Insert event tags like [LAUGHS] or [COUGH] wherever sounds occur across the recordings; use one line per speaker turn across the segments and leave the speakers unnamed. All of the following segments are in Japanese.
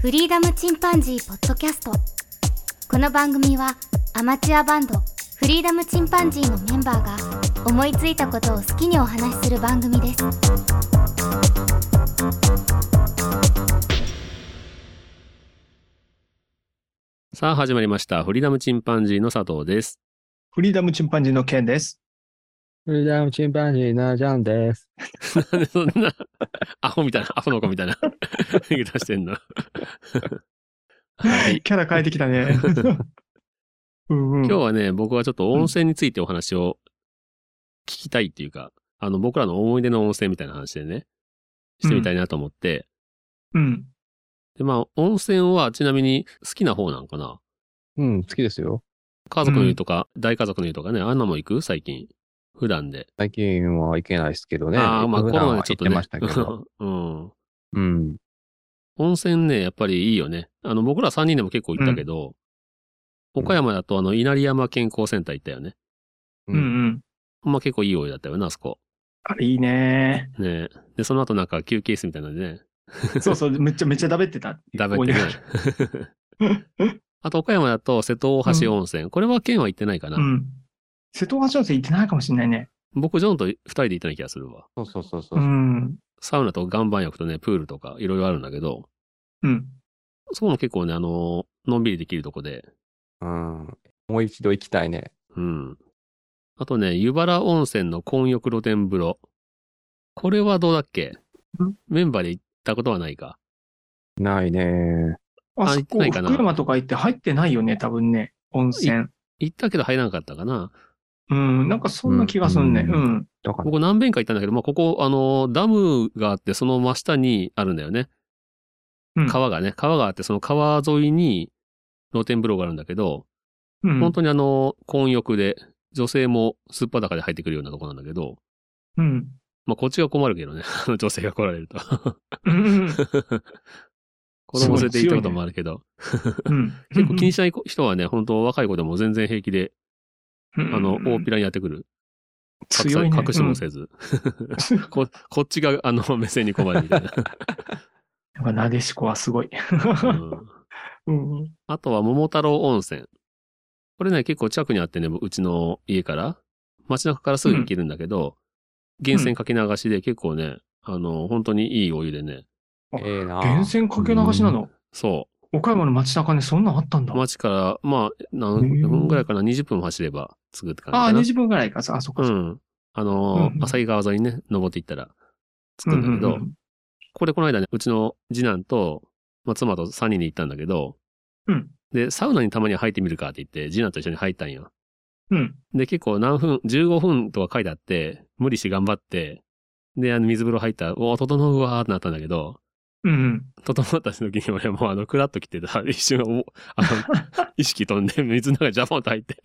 フリーダムチンパンジーポッドキャストこの番組はアマチュアバンドフリーダムチンパンジーのメンバーが思いついたことを好きにお話しする番組です
さあ始まりました。フリーダムチンパンジーの佐藤です。
[LAUGHS]
フリーダムチンパンジーの件です。
フリーダムチンパンジーのジョンです。
なんでそんな、アホみたいな、アホの子みたいな、言い方してんの。はい。
キャラ変えてきたね。
[LAUGHS]
うんうん、
今日はね、僕はちょっと温泉についてお話を聞きたいっていうか、あの、僕らの思い出の温泉みたいな話でね、してみたいなと思って。
うん。
で、まあ、温泉はちなみに好きな方なんかな
うん、好きですよ。
家族の湯とか、大家族の湯とかね、あんなもん行く最近。普段で。
最近は行けないですけどね。
ああ、まあコ
普段
ロナ
は
でちょっと
行って
ね
ましたけ
[LAUGHS]
ど。。
うん。
うん。
温泉ね、やっぱりいいよね。あの、僕ら3人でも結構行ったけど、
うん
岡山だとあの、稲荷山健康センター行ったよね。
うんう。ん。
まあ結構いいお湯だったよな、あそこ。
あれいいね。
[LAUGHS] ねえで、その後なんか休憩室みたいなんでね、
そうそう、めっちゃめっちゃだべってた。
だべってね。 [LAUGHS] あと岡山だと瀬戸大橋温泉。これは県は行ってないかな。
うん。瀬戸大橋温泉行ってないかもしれないね。
僕、ジョンと2人で行ったような気がするわ。
そうそうそうそうう。
ん。
サウナと岩盤浴とね、プールとかいろいろあるんだけど、
うん。
そこも結構ね、あの、のんびりできるとこで。
うん。もう一度行きたいね。
うん。あとね、湯原温泉の混浴露天風呂。これはどうだっけ
ん
メンバーで行ったことはないか。
ないね。
あ
あ
そ
行って
こ、
ないかな
福山とか行って入ってないよね、多分ね。温泉。
行ったけど入らなかったかな。
うん。なんかそんな気がすんね。
う
うんん。
だから、
僕何遍か行ったんだけど、まあ、ここ、あの、ダムがあって、その真下にあるんだよね。
うん
川がね、川があって、その川沿いに露天風呂があるんだけど、
うん。
本当にあの、混浴で、女性もすっぱだかで入ってくるようなとこなんだけど、
うん。
まあ、こっちが困るけどね。 [LAUGHS] あの女性が来られると。
うんうん。
子供連れて行ったこともあるけど。
うん。
結構気にしない人はね、本当若い子でも全然平気で、
うんうん
あの、大っぴらにやってくる。隠さ
強いね。
隠してもせず、こ。こっちが、あの、目線に困るみたい
[LAUGHS]
な。
うんなんかなでしこはすごい。
うん
[LAUGHS] うん。
あとは、桃太郎温泉。これね、結構近くにあってね、うちの家から、街中からすぐ行けるんだけど、源泉かけ流しで結構ね、あの、本当にいいお湯でね、
ええな。
源泉かけ流しなの
そ
岡山の街中ね、そんなんあったん
う、
だ。
街から、まあ、
へ
何
ー
分ぐらいかな、20分走れば着くって感じ
ああ、
かな。
20分ぐらいか。あ、そっか
う
そっか。
ん。あの
う、ん
浅井川沿いにね、登っていったら着くんだけど、
ううん
これこの間ね、うちの次男と、まあ、妻と3人で行ったんだけど、
うん
で、サウナにたまには入ってみるかって言って、次男と一緒に入ったんよ。
うん。
で、結構何分、15分とか書いてあって、無理して頑張って、で、あの、水風呂入ったら、おー整うわーってなったんだけど、
うんうん。
整った時に俺はもうあの、クラッと来てた、一瞬、お
[LAUGHS]
あの、意識飛んで、水の中にジャポンと入って、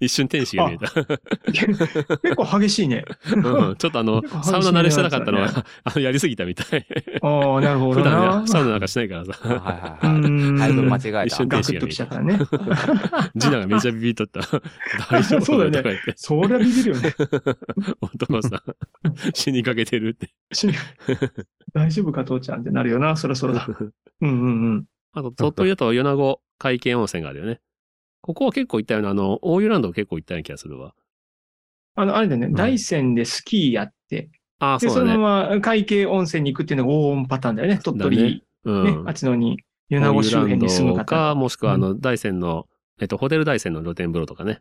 一瞬天使が見えた。 [LAUGHS]
結構激しいね。 [LAUGHS]
うん、ちょっとあの
結構、激しい
サウナ慣れしてなかったの
やつ
は、あの、やりすぎたみたい。
ああ、なるほ
普
ど
段
な
ね、。サウナなんかしないから
あはい
さ。
は
う
いはい。
ん。
だいぶ間違え
一
た
緒。に
ガクッときちゃったね。
ジナがめちゃビビっとった。大丈夫
そうだよね
とか言って。
[LAUGHS] そりゃビビる
[LAUGHS]
よね。
男
[LAUGHS]
さん、死にかけてるって。
死ぬ大丈夫か、父ちゃんってなるよな。そりゃそりゃ。うんうんうん。
あと、鳥取だと米子海見温泉があるよね。ここは結構行ったような、あの、大湯ランド結構行ったような気がするわ。
あの、あれだよね。
ん
大山でスキーやって、
ああ、
で、
そ
そう
だ
の
ね。
まま会計温泉に行くっていうのが黄金パターンだよね。鳥
だね
取、
う
ね
ん。
あっちのに、米子周辺に住む
大湯ランド
方。
か、もしくはあの、大山の、えっと、ホテル大山の露天風呂とかね。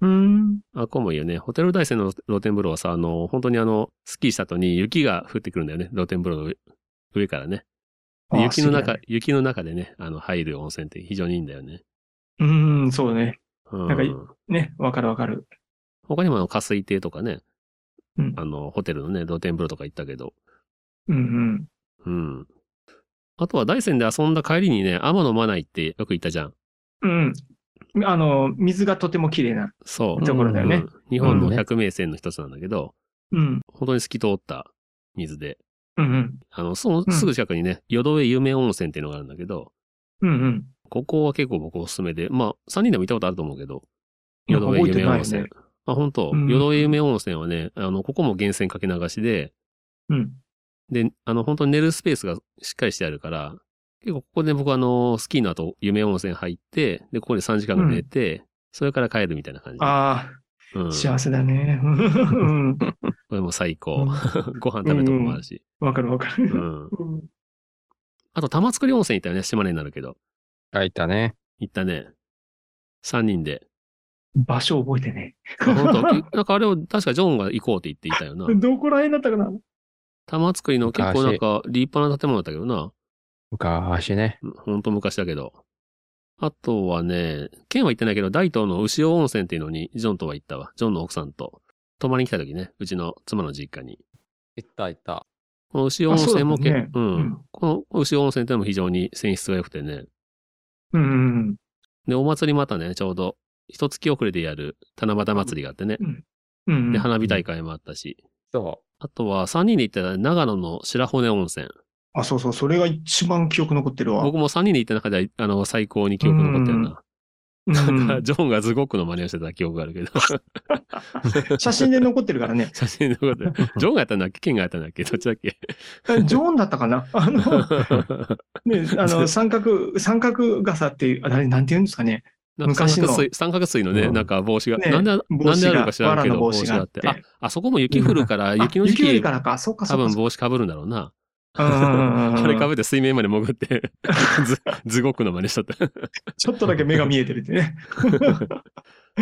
うん。
あ、こうもいいよね。ホテル大山の露天風呂はさ、あの、本当にあの、スキーした後に雪が降ってくるんだよね。露天風呂の上上からね。で
ああ
雪の。
好きだ
中、
ね
雪の中でね、あの、入る温泉って非常にいいんだよね。
うん、そうね。
うん。
なんかいね、わかるわかる。
他にもあの、加水亭とかね、
うん
あの、ホテルのね、露天風呂とか行ったけど、
うん
う
うん。
ん。あとは大山で遊んだ帰りにね、天野マナイってよく行ったじゃん。
うん。あの、水がとても綺麗な。
そう。
ところだよね
うん日本の百名泉の一つなんだけど、
うん。
本当に透き通った水で、
うん
あの、その
うん
すぐ近くにね、淀江有名温泉っていうのがあるんだけど、
うん。うんうん。
ここは結構僕おすすめで、まあ、3人でも行ったことあると思うけど、
なん
淀江
か覚え
有
て
名
な
温
いよ
泉
ね。。
あ、本当
うん
淀江有名温泉はね、あの、ここも源泉かけ流しで、
うん。
で、あの、本当に寝るスペースがしっかりしてあるから、結構ここで僕あの、スキーの後、夢温泉入って、で、ここで3時間ぐらい寝て、それから帰るみたいな感じ。
あ
う
あ、
ん、
幸せだね。うん。
これも最高。
う
[LAUGHS]
ん
ご飯食べるとこもあるし。
わかるわか
う
る。
ん。あと、玉造温泉行ったよね。島根になるけど。
書いたね。
行ったね。3人で。
場所覚えてね。
あ本当
[LAUGHS]
けなんかあれを、確かジョンが行こうって言っていたよな。
どこら辺だったかな
玉造の結構なんか立派な建物だったけどな。
昔ね。
うんほんと昔だけど。あとはね、県は行ってないけど、大東の牛尾温泉っていうのに、ジョンとは行ったわ。ジョンの奥さんと。泊まりに来た時ね、うちの妻の実家に。
行った行った。
この牛尾温泉も
あそうだ
結構、
ね
う。
うん
この牛尾温泉ってのも非常に泉質が良くてね。
うん。
で、お祭りまたね、ちょうど、一月遅れでやる七夕祭りがあってね。
うん。
で、花火大会もあったし。
そ
あとは、3人で行った長野の白骨温泉。
あ、そうそう、それが一番記憶残ってるわ。
僕も3人で行った中では、あの、最高に記憶残ってるな。
うん
ジョンがズゴックの真似をしてた記憶があるけど。
写真で残ってるから
[LAUGHS]
ね。
写真の
[LAUGHS]
ことで。ジョンがやったんだっけケンがやったんだっけどっちだっけ
えジョーンだったかなあの、
[LAUGHS]
ね、あの、三角、三角傘っていう、あれ、なんて言うんですかね。
なんか
昔
三
の
角錐三角錐のね、
うん
なんか帽子が、
ね
なんで、
帽
なんであ
子
る
が
のか知らんけど、
藁の帽子があって
あ、あそこも雪降るから、
あ
雪の時
雪降る
期
か、らか、そうか、そ
多
うか
分
そうか。
帽子かぶるんだろうな。 [LAUGHS] あ
あ
れかぶって水面まで潜って、 [LAUGHS] ズズゴックの真似しちゃった。
ちょっとだけ目が見えてるってね。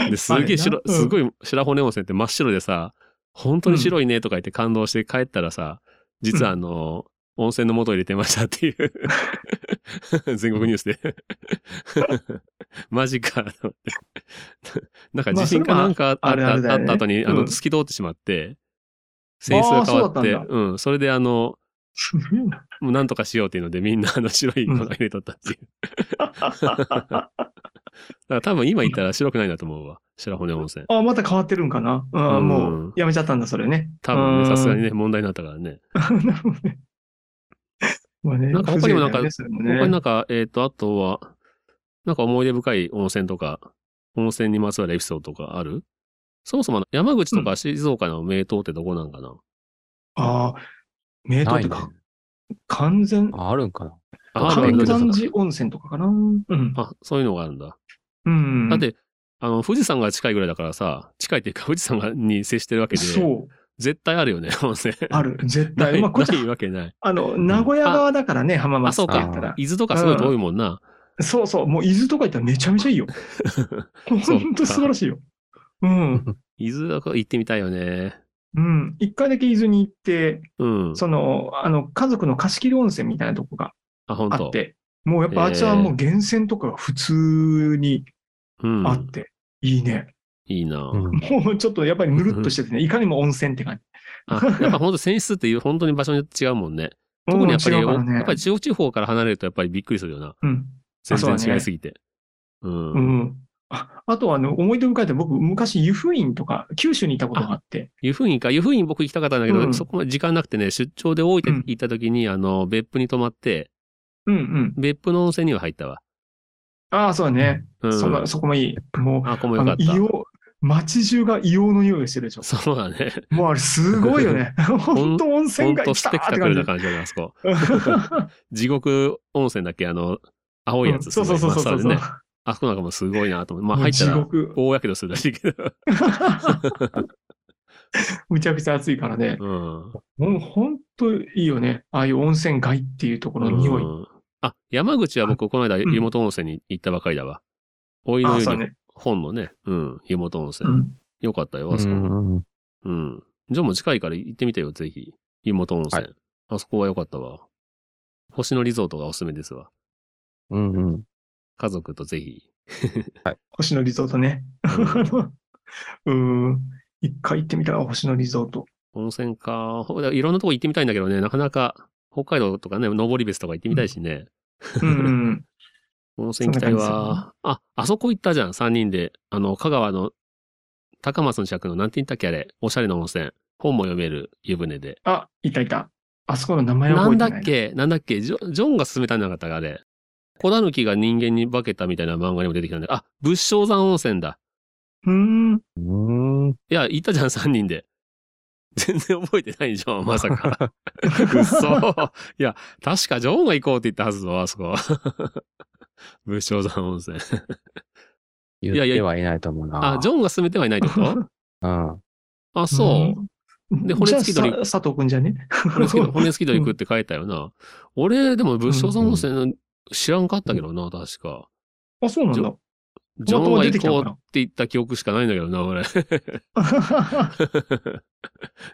ですげえ白
あ、れなうん
すごい白骨温泉って真っ白でさ、本当に白いねとか言って感動して帰ったらさ、実はあの、温泉の元入れてましたっていう。 [LAUGHS] 全国ニュースで。マジか。と思ってなんか地震かなんかあ
ま
っ
あそれは
た
あ
あ
る
った
あるだよね
後に、あ
う
の、
ん
透き通ってしまって、性質が変わっ
あーそう
て、
だったん
うん、それであの、
すげえな
もうなんとかしようっていうのでみんなあの白いのが入れとった
[LAUGHS]
っていう。だから多分今行ったら白くないんだと思うわ。白骨温泉。
あ、また変わってるんかなあ
うん
もう、やめちゃったんだ、それね。
多分ね、さすがに
ね。
ね、問題になったからね。
[LAUGHS] なるほどね。まあね
なんか他にもなんか
風情だよねそれもね
他になんか、えっ、と、あとは、なんか思い出深い温泉とか、温泉にまつわるエピソードとかあるそもそも山口とか静岡の名湯ってどこなんかな、
ああ、名
う。
湯っ
な
て
いね
か、。完全、
ああるんかな。
ああるん
関
だ
山寺温泉とかかな。うん。
あ、そういうのがあるんだ。
うん。
だって、あの、富士山が近いぐらいだからさ、近いっていうか富士山がに接してるわけで、
そう、
絶対あるよね、 [LAUGHS] 温泉。
ある。絶
な
対。
い、
まあ、こっち
な、いわけない。
あの、名古屋側だからね、浜
あ、
松
そ
っ
う
て言った
か。
ら。
伊豆とかすごい遠いもんな。 [LAUGHS]
そうそう、もう伊豆とか行ったらめちゃめちゃいいよ。
そう
本当素晴らしいよ。うん。
伊豆は行ってみたいよね。
うん。一回だけ伊豆に行って、
うん。
その、あの、家族の貸し切り温泉みたいなとこが
あ、本
あっ
当。
て、もうやっぱあっちはもう源泉とかが普通に
うん
あ。って、いいね。
いいな、
うん
もうちょっとやっぱりぬるっとしててね、いかにも温泉って感じ。
あ、やっぱ本当選出っていう本当に場所によって違うもんね。特にやっぱり、
うん違うからね
やっぱり中国地方から離れるとやっぱりびっくりするよな。
うん。
全
そうだ
然
ね
違いすぎて。うん。
うん。ああとはあの、思い出深いって僕、昔、湯布院とか、九州にいたことがあって、
湯布院か。湯布院僕行きたかったんだけど、
うん
そこまで時間なくてね、出張で大
うん
分行った時に、あの、別府に泊まって、
うんうん。
別府の温泉には入ったわ。
ああ、そうだね。
うん。
そのそこもいい。もう、
あ、ここも
あ
よか
の
っ、
硫黄、街中が硫黄の匂いがしてるでしょ
た。。そうだね。
もうあれすごいよね。本当温
[LAUGHS] ほ
泉
ん
街
と
来
ス
た
ペク
ーっ
タ
て
クル
感
な
じ。
感じだな、あそこ。地獄温泉だっけ、あの、青いやつ。
そうそうそうそうそ
すごい真っ青で
う
ね。。あそこなんかもうすごいなと思って。まあ
もう
入った
地
ら
獄。
大やけどするらしいけど。
[LAUGHS] むちゃくちゃ暑いからね。
うん。
もう本当いいよね。ああいう温泉街っていうところの匂い。
うんあ、山口は僕、この間、
ん
湯本温泉に行ったばかりだわ。おい
あ
の
あ、そ
湯
う
に
ね。
本のね、うん、湯本温
う
泉。
ん。
よかったよ、
う
あそこ。
ん。
うん。ジョンも近いから行ってみてよ、ぜひ。湯本温泉。
は
あそこはよかったわ。星野リゾートがおすすめですわ。
うんうん。
家族とぜひ。
星野リゾートね。 [LAUGHS] うん。一回行ってみたら星野リゾート。
温泉か。ほいろんなとこ行ってみたいんだけどね、なかなか、北海道とかね、登別とか行ってみたいしね。
うん。
温泉行きたい
そんな感じです
わ。あ、あそこ行ったじゃん、三人で。あの、香川の、高松の近くの、なんて言ったっけあれ、おしゃれな温泉。本も読める湯船で。
あ、いたいた。あそこの名前は
な
覚え
ん
てな
だ
い。
っけなんだっけジョジョンが勧めたんじゃなかったかあれ。小狸が人間に化けたみたいな漫画にも出てきたんだけどあ、仏生山温泉だ。
うーん。
うん。
いや、行ったじゃん、三人で。全然覚えてないじゃん、まさ
[LAUGHS]
か。うっそ。いや、確かジョンが行こうって言ったはずだわ、あそこ。 [LAUGHS] 武将山温泉。
言
いやいや
ってはいないと思うな。
あ、ジョンが進めてはいないってこと
うん。
あ、そう。
うん。
で骨付き鳥
じゃあさ佐藤くんじゃね
骨付き鳥骨付き鳥食って書いたよな。俺、でも武将山温泉の知らんかったけどな、確か。
[LAUGHS] あ、そうなん
ジ
だ。
ジョンが
出て
行
きた
こ
の
う
か
っ
な
て言った記憶しかないんだけどな、俺。 [LAUGHS]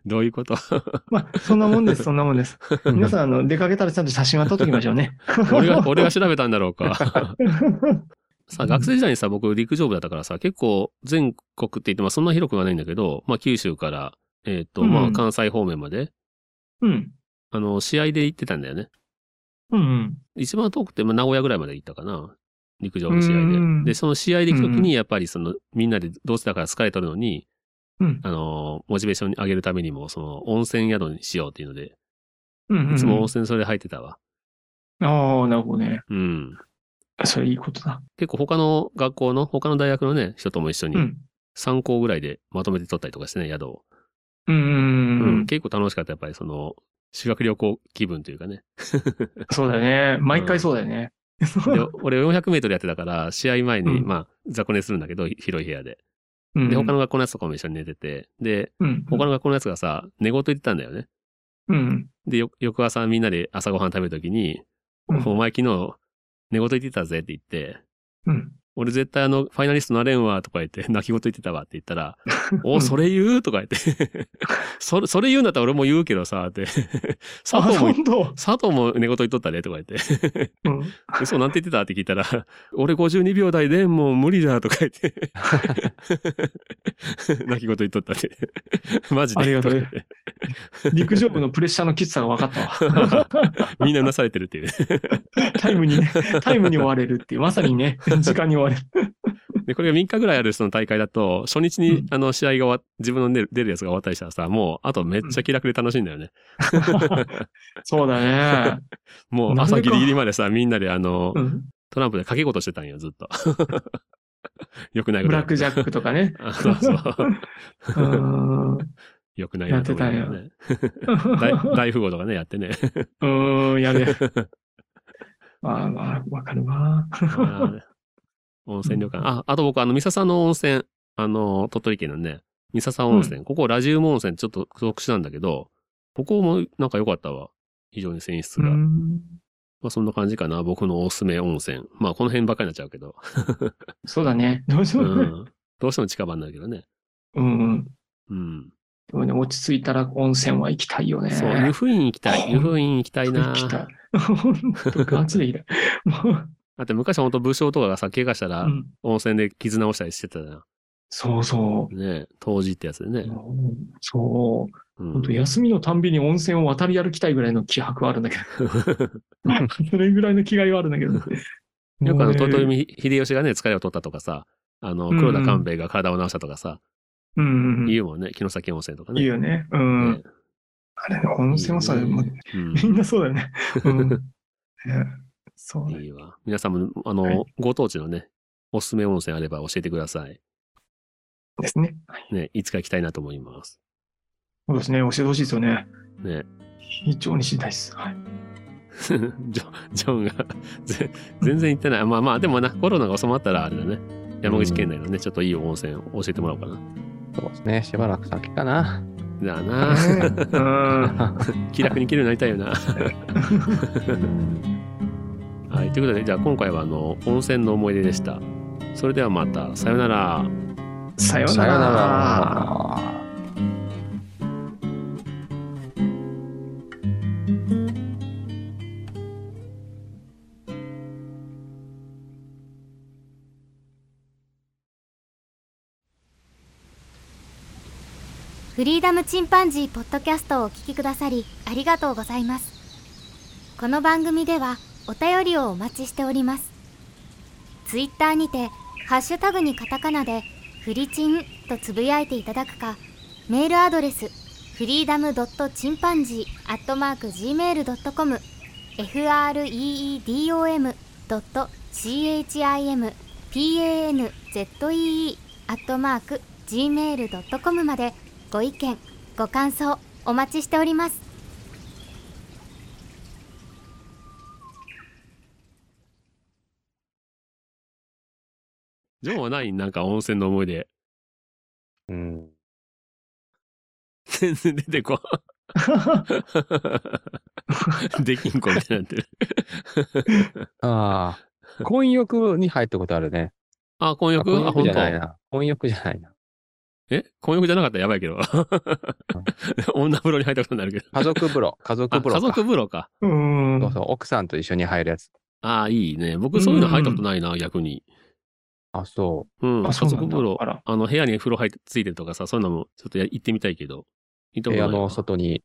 どういうこと
[LAUGHS] まあ、そんなもんです、そんなもんです。皆さん、あの、出かけたらちゃんと写真は撮っときましょうね。
[LAUGHS] 俺
[LAUGHS]
が、俺が調べたんだろうか。さ
う
あ、
ん
学生時代にさ、僕陸上部だったからさ、結構全国って言って、まあそんな広くはないんだけど、まあ九州から、えっ、と、
うん
まあ関西方面まで、
うん。
あの、試合で行ってたんだよね。
うんうん。
一番遠くて、まあ名古屋ぐらいまで行ったかな。陸上の試
う
合
ん
で。で、その試合で行くとき
うん
に、やっぱりその、みんなでどうせだから疲れとるのに、
うん。
あの、モチベーションに上げるためにも、その、温泉宿にしようっていうので、
うん。
いつも温泉それで入ってたわ。
ああ、なるほどね。
うん。
それいいことだ。
結構他の学校の、他の大学のね、人とも一緒
う
に、
ん。
3校ぐらいでまとめて取ったりとかしてね、宿を。
うんうんう
うん
うん
ん、結構楽しかった。やっぱりその、修学旅行気分というかね。
そうだよね。毎回そうだよね。
で、俺400メートルやってたから、試合前に、
うん
まあ、雑魚寝するんだけど、広い部屋で。
うん
で、他の学校のやつとかも一緒に寝てて、で、
うん。
他の学校のやつがさ、寝言言ってたんだよね。
うん。
で、よ翌朝みんなで朝ごはん食べるときに、
うん
お前昨日、寝言言ってたぜって言って、
うん。
俺絶対あの、ファイナリストなれんわ、とか言って、 [LAUGHS] 泣き言言ってたわって言った
[LAUGHS]
ら、お、それ言うとか言って、 [LAUGHS] それ、それ言うんだったら俺も言うけどさ、って、 [LAUGHS]
あ、
佐藤も
本当。
佐藤も寝言言っとったねとか言って。
うん。
そうなんて言ってたって聞いたら、 [LAUGHS] 俺52秒台でもう無理だとか言って。 [LAUGHS] 泣き言言っとったね。 [LAUGHS] マジで。
ありがとう
とか言って
陸上部のプレッシャーのきつさが分か
[LAUGHS]
ったわ。
[LAUGHS] みんなうなされてるっていうね。
タイムにね、タイムに追われるっていう、まさ
[LAUGHS]
にね、時間に追われる。
で、これが3日ぐらいあるその大会だと、初日に、
うん
あの試合が終わっ自分の出る出るやつが終わったりしたらさ、もうあとめっちゃ気楽で楽しいんだよね。
そうだね。
もう朝ギリギリまでさ、みんなであの、
うん。
トランプで掛け事してたんよ、ずっと。 [LAUGHS] よくないこ
ブ
と
ラックジャックとかね。
あそうそう。
うん。
よくないなと思いながらね。大大富豪とかね、やってね。
うん、や
[LAUGHS]
るやる。まあまあ、わかるわ。
あー温泉旅館。あ、あと僕、あの、三笹の温泉、あの、鳥取県のね、三笹温泉。ここ、ラジウム温泉、ちょっと特殊なんだけど、ここもなんか良かったわ。非常に泉質
う
が。ま
ん。
あ、そんな感じかな。僕のおすすめ温泉。まあ、この辺ばっかりになっちゃうけど。
[LAUGHS] そうだね。どうし
う
ようもね。
ん。どうしても近場になるけどね。
うんうん。
うん。
でもね、落ち着いたら温泉は行きたいよね。
そう、湯布院行きた
ほ
い。
ん
湯布院行きたい
行
な。
きたい。本当ガチで行きたい。も
[LAUGHS]
う
だって昔は本当武将とかがさ、怪我したら
う、ん
温泉で傷直したりしてたじゃん。
そうそ
ね当時ってやつで
う
ね。。
そう。
うん
本当休みのたんびに温泉を渡り歩きたいぐらいの気迫はあるんだけど、それぐらいの気概はあるんだけど。
よくあの、
もうね
豊臣秀吉がね、疲れを取ったとかさ、あの、
うん
黒田官兵衛が体を治したとかさ、
うんうんうん。い
言うもんね、城崎温泉とかね。
いよね。うん。
ね
あれね、温泉はさ、
いいね
もう
うん
みんなそうだよね。うん。ねそうね。
いいわ。皆さんも、あの、
はい
ご当地のね、おすすめ温泉あれば教えてください。
ですね。はい
ね、いつか行きたいなと思います。
そうですね。教えてほしいですよね。
ね。
非常に知りたいです。はい。
[LAUGHS] ジョン、ジョンが [LAUGHS] ぜ、全然行ってない。まあまあ、でもな、コロナが収まったらあれだね。山口県内のね、ちょっといい温泉を教えてもらおうかな。
そうですね。しばらく先かな。
だな
う
[LAUGHS]
ん。
気楽に生きるようになりたいよな。はい、ということでじゃあ今回はあの温泉の思い出でした。それではまたさよなら。
さよう
さ
な
よな
ら。
ら。
フリーダムチンパンジーポッドキャストをお聞きくださりありがとうございますこの番組ではお便りをお待ちしておりますツイッターにてハッシュタグにカタカナでフリチンとつぶやいていただくかメールアドレスフリーダムドットチンパンジーアットマーク gmail.com freedom ドット chimpanzee アットマーク gmail.com までご意見ご感想お待ちしております
ジョンはないなんか温泉の思い出。
うん。
全然出てこん。 [LAUGHS] できんこみたいになってる。
あ
[LAUGHS]
あ。婚浴に入ったことあるね。
あ、婚浴
婚
あ、本
じ
当
ゃ。ないな。婚浴じゃないな。
え婚浴じゃなかったらやばい
[LAUGHS]
けど。女風呂に入ったことになるけど。
家族風呂。家族
あ
風呂
家
か。
族風呂か。
[LAUGHS] うーん
そうそう。奥さんと一緒に入るやつ。
ああ、いいね。僕そういうの入ったことないな、逆に。
あ、そ
うん。家
あそうなんだ
族風呂。
あら
あの、部屋に風呂入ってついてるとかさ、そういうのもちょっとや行ってみたいけど。行ったこと
う。部
な
屋
いな
の外に、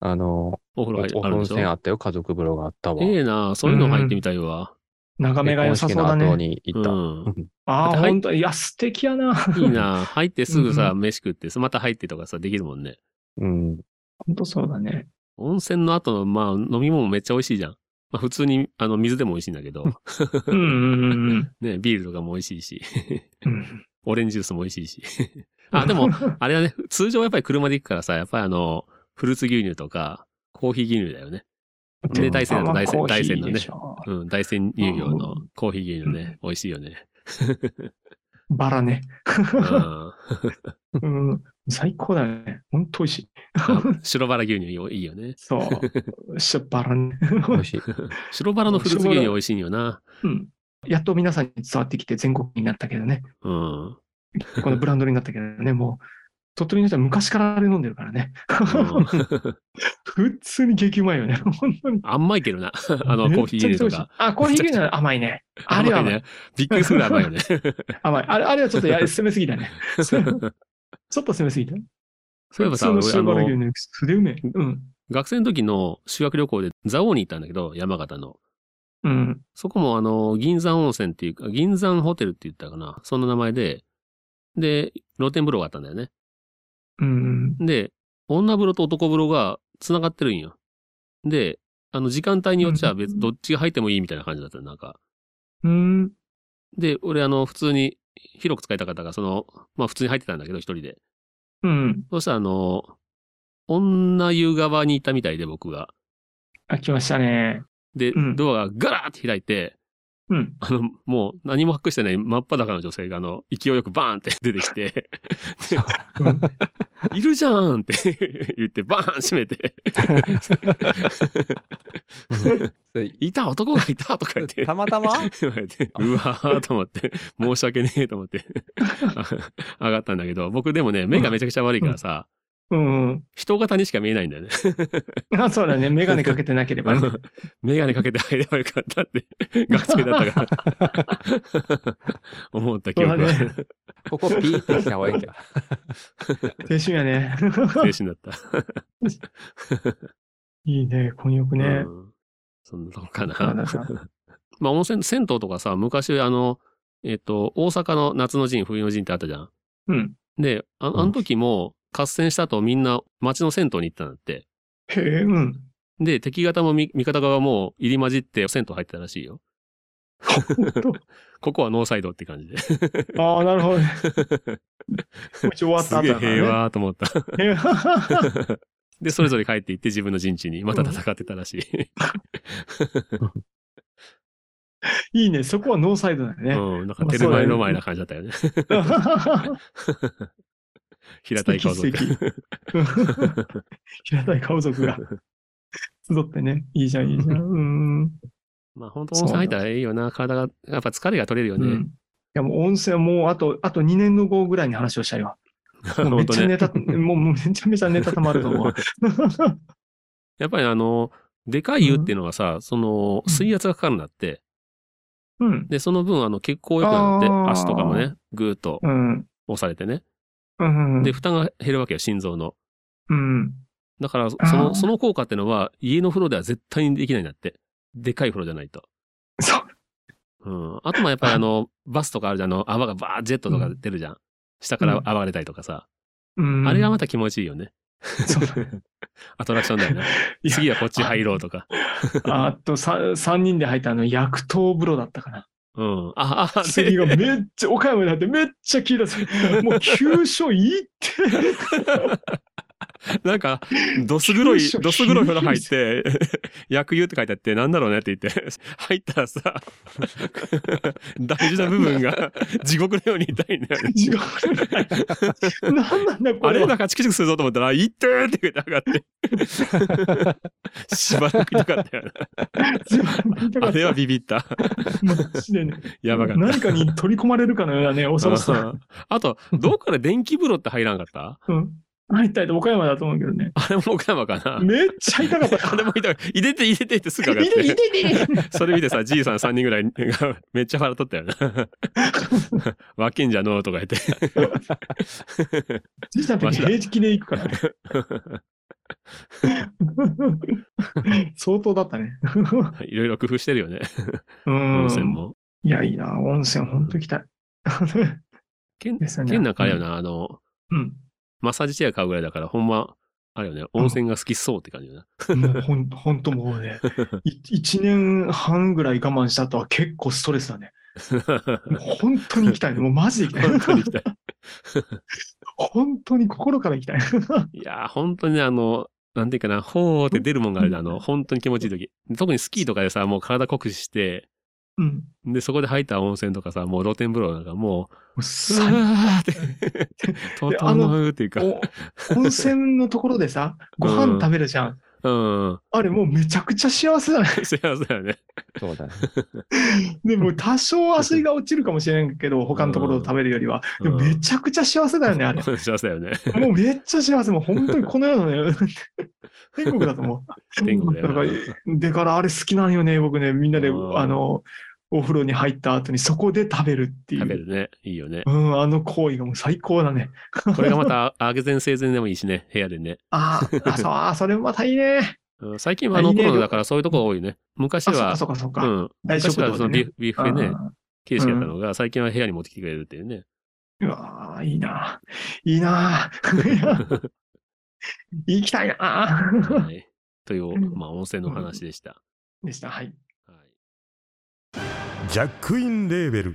あの、
お風呂
お
入ある
温
でしょ
泉あったよ。家族風呂があったわ。
ええなそういうの入ってみたいわ。
眺めが良さそうだ
結婚式の後
ね。
に行
う
った。
ん。
ああ、
はい
本当いや、素敵やな。
いいな入ってすぐ
うん
さ、
う
飯食って、また入ってとかさ、できるもんね。
うん。
本当そうだね。
温泉の後の、まあ、飲み物めっちゃ美味しいじゃん。まあ、普通に、あの、水でも美味しいんだけど、
うんうんうんうん
ね、ビールとかも美味しいし、 [LAUGHS]
うん。
オレンジジュースも美味し [LAUGHS] いし。あ、でも、あれだね、通常やっぱり車で行くからさ、やっぱりあの、フルーツ牛乳とか、コーヒー牛乳だよね。で、大山
ま
の
あ
大山、
コー
大
ヒ
山
ー
の
で
ね
し。ょ
うん、大山乳業の
う
コーヒー牛乳ね、美味しいよね。
バラね。
うん。
うん、最高だね。本当美味しい。
あ白バラ牛乳いいよね。
そう。しょバラね。
美味しい。
白バラのフルーツ牛乳美味しいんよな。
うん。やっと皆さんに伝わってきて全国になったけどね。
うん。うん
このブランドになったけどね、もう、鳥取の人は昔からあれ飲んでるからね。普通に激うまいよね。本当に。
甘いけどな。あの、コーヒー牛乳とか。。
あ、コーヒー牛乳は甘いね。あれは
甘い
甘い。
ね。びっくりするぐらい甘いよ
[LAUGHS]
ね。
甘い。あれあれはちょっとや攻めすぎだね。ちょっと攻めすぎた。
そういえばさ、
普
俺
通
あ
の塩原牛
の、
乳、素でうめえ。うん。
学生の時の修学旅行で蔵王に行ったんだけど、山形の。
うん。
そこもあの、銀山温泉っていうか、銀山ホテルって言ったかな。その名前で、で、露天風呂があったんだよね。
うん。
で、女風呂と男風呂が繋がってるんよ。で、あの、時間帯によっちゃ別、
うん
どっちが入ってもいいみたいな感じだったよなんか。
うん。
で、俺あの、普通に、広く使いたかったから、その、まあ普通に入ってたんだけど、一人で。
うん。
そしたらあの、女湯側にいたみたいで、僕が。
あ、来ましたね。
で、
うん
ドアがガラーって開いて、
うん。
あの、もう何も隠してない真っ裸の女性が、あの、勢いよくバーンって [LAUGHS] 出てきて、
うん
いるじゃんって [LAUGHS] 言って、バーン閉めて、 [LAUGHS] いた男がいたとか言って
た。またま
言われて、うわーと思って、申し訳ねえと思って、あ上がったんだけど、僕でもね、目がめちゃくちゃ悪いからさ、
うん。
人型にしか見えないんだよね。
あ、そうだね。メガネかけてなければね。
メガネかけて入ればよかったって、 [LAUGHS] 学生だったから、 [LAUGHS] 思った記憶が、
そう
ここピーってした方がいいん
[LAUGHS]
じゃん。
青春やね。 [LAUGHS]
青春だった。
いいね。婚浴 [LAUGHS] ね。
うんそんなとこか
そう
な。
だな
まあ温泉、銭湯とかさ、昔あの、えっと、大阪の夏の陣、冬の陣ってあったじゃん。
うん。
で、あ
うん
あの時も、合戦した後みんな町の銭湯に行ったんだって。
へえ、うん。
で、敵方もみ味方側も入り混じって銭湯入ってたらしい
[LAUGHS]
よ。 [LAUGHS] ここはノーサイドって感じで。
ああ、なるほどね。もう一応終わっ
す
た後
げえ
だからね
平和と思った。
平和。
で、それぞれ帰って行って自分の陣地にまた戦ってたらしい。
[LAUGHS] いいね。そこはノーサイドだね。
うん、なんかテルマエロマエな感じだったよね。 [LAUGHS]
[LAUGHS]
平たい顔
[LAUGHS]
族。
素敵素敵平たい顔
[LAUGHS]
族が集ってね。いいじゃん、いいじゃん。うん。
まあ本当温泉入ったらいいよな。体が、やっぱ疲れが取れるよ
う
ね。
んいや、もう温泉はもうあと、あと2年の後ぐらいに話をしたいわ。もうめっ
[LAUGHS] 本当
ちゃ
ね。
ネタ、もうもうめちゃめちゃネタ溜まると
[LAUGHS]
思う。
やっぱりあの、でかい湯っていうのはさ、その、水圧がかかるんだって。
うん。
で、その分、あの、血行良くなるんだって、
あー
足とかもね、ぐーっと
うん。
押されてね。
うん。
で、負担が減るわけよ、心臓の。
うん。
だから、そ
あー
の、その効果ってのは、家の風呂では絶対にできないんだって。でかい風呂じゃないと。
そう。
うん。あとまあやっぱりあの、バスとかあるじゃん、あの、泡がバーッジェットとか出るじゃん。下から泡が出たりとかさ。
うん。
あれがまた気持ちいいよね。
そうだね
アトラクションだよね。
[LAUGHS] いや
次はこっち入ろうとか。
あとさ3人で入ったあの、薬湯風呂だったかな。
うん。あ、あ、
次
で、
がめっちゃ、岡山になってめっちゃ聞いた。もう、急所いいって。
なんか、どす黒い
九、州
どす黒い風呂入って、 [LAUGHS] 薬湯って書いてあって、なんだろうねって言って、 [LAUGHS] 入ったら
[LAUGHS]
さ、大事な部分が地獄のように痛いんだよね。
地獄だよ。何なんだこ
あ
れ
れ
は。
なんかチクチクするぞと思ったら、いってーって言って上が
[LAUGHS]
って。しばらく痛かったよ
自分
な。あれは
ビ
ビビった。
マジでね。
やばかった。
何かに取り込まれるかのような [LAUGHS] ね、恐ろしさ。
あと、どっから電気風呂って入らんかった [LAUGHS]
うん。入ったりと岡山だと思うけどね。
あれも岡山かな
めっちゃ痛かっ
[LAUGHS]
た。
あれも痛い。入れて入れてってすぐ上がっ
いて
て。
いていて
[LAUGHS] それ見てさ、じいさん3人ぐらい [LAUGHS] がめっちゃ腹取ったよな。 [LAUGHS] わけんじゃのうとか言って。 [LAUGHS]
じいさんの時平気で行くからね。
[LAUGHS]
相当だったね。
いろいろ工夫してるよね。
うん。
温泉も。
いや、いいな。温泉ほんと行きたい。 [LAUGHS]
けん、
ですね
けんなんかあれよな、あの、 [LAUGHS]
うん。
マッサージチェア買うぐらいだから、ほんま、あれよね、温泉が好きそうって感じだな。
もうほんほんともうね、い一年半ぐらい我慢した後は結構ストレスだね。もう本当に行き
[LAUGHS]
たいね。もうマジで行き
本当
たい。
に行きたい。
[LAUGHS] 本当に心から行きたい。
いやー、本当にね、あの、なんていうかな、ほーって出るもんがあるな、あの、本当に気持ちいい時。特にスキーとかでさ、もう体酷使して、
うん。
で、そこで入った温泉とかさ、もう露天風呂なんかもう、
もう
ス
最
ーっ
[LAUGHS]
て、整うっていうか、
高温泉のところでさ、ご飯食べるじゃん。
うん、 [LAUGHS]
あれもうめちゃくちゃ幸せだね。
幸せだよね。
そうだね。
でも多少足が落ちるかもしれんけど、他のところで食べるよりは。でもめちゃくちゃ幸せだよね、あ
[LAUGHS]
れ。
幸せだよね。
もうめっちゃ幸せ。もう本当にこの世
[LAUGHS]
のね、天国だと思う。
天国だよな
だから、だからあれ好きなんよね、僕ね。みんなで、
うん
あの、お風呂に入った後にそこで食べるっていう。
食べるね。いいよね。
うん、あの行為がもう最高だね。
これがまた、あげ前生前でもいいしね、部屋でね。
[LAUGHS] あーあ、そう、あーそれもまたいい
[LAUGHS]
ね。
うん最近はあの
いい
コ
ね
ロナだからそういうとこが多いね。昔
あ、そっ
は
か、そっか、そっ
う
か。
ん。
大丈
昔は
夫
そのビュビュッフェね、
あ
形式だったのが、最近は部屋に持ってきてくれるっていうね。
[LAUGHS] ーうわーいいな。 [LAUGHS] いいな。行きたいな。
はい。という、
うん
まあ、温泉の話でした。
[LAUGHS] でした。はい。
はい
ジャックインレーベル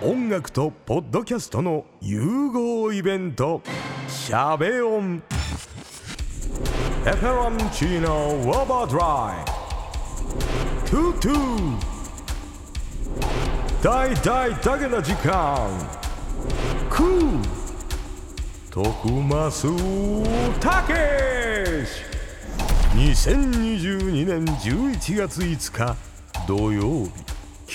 音楽とポッドキャストの融合イベント「シャベオン」「エフェロンチーノウォーバードライ」「トゥトゥ」「大大だけな時間」「クー」「徳マスたけし」2022年11月5日土曜日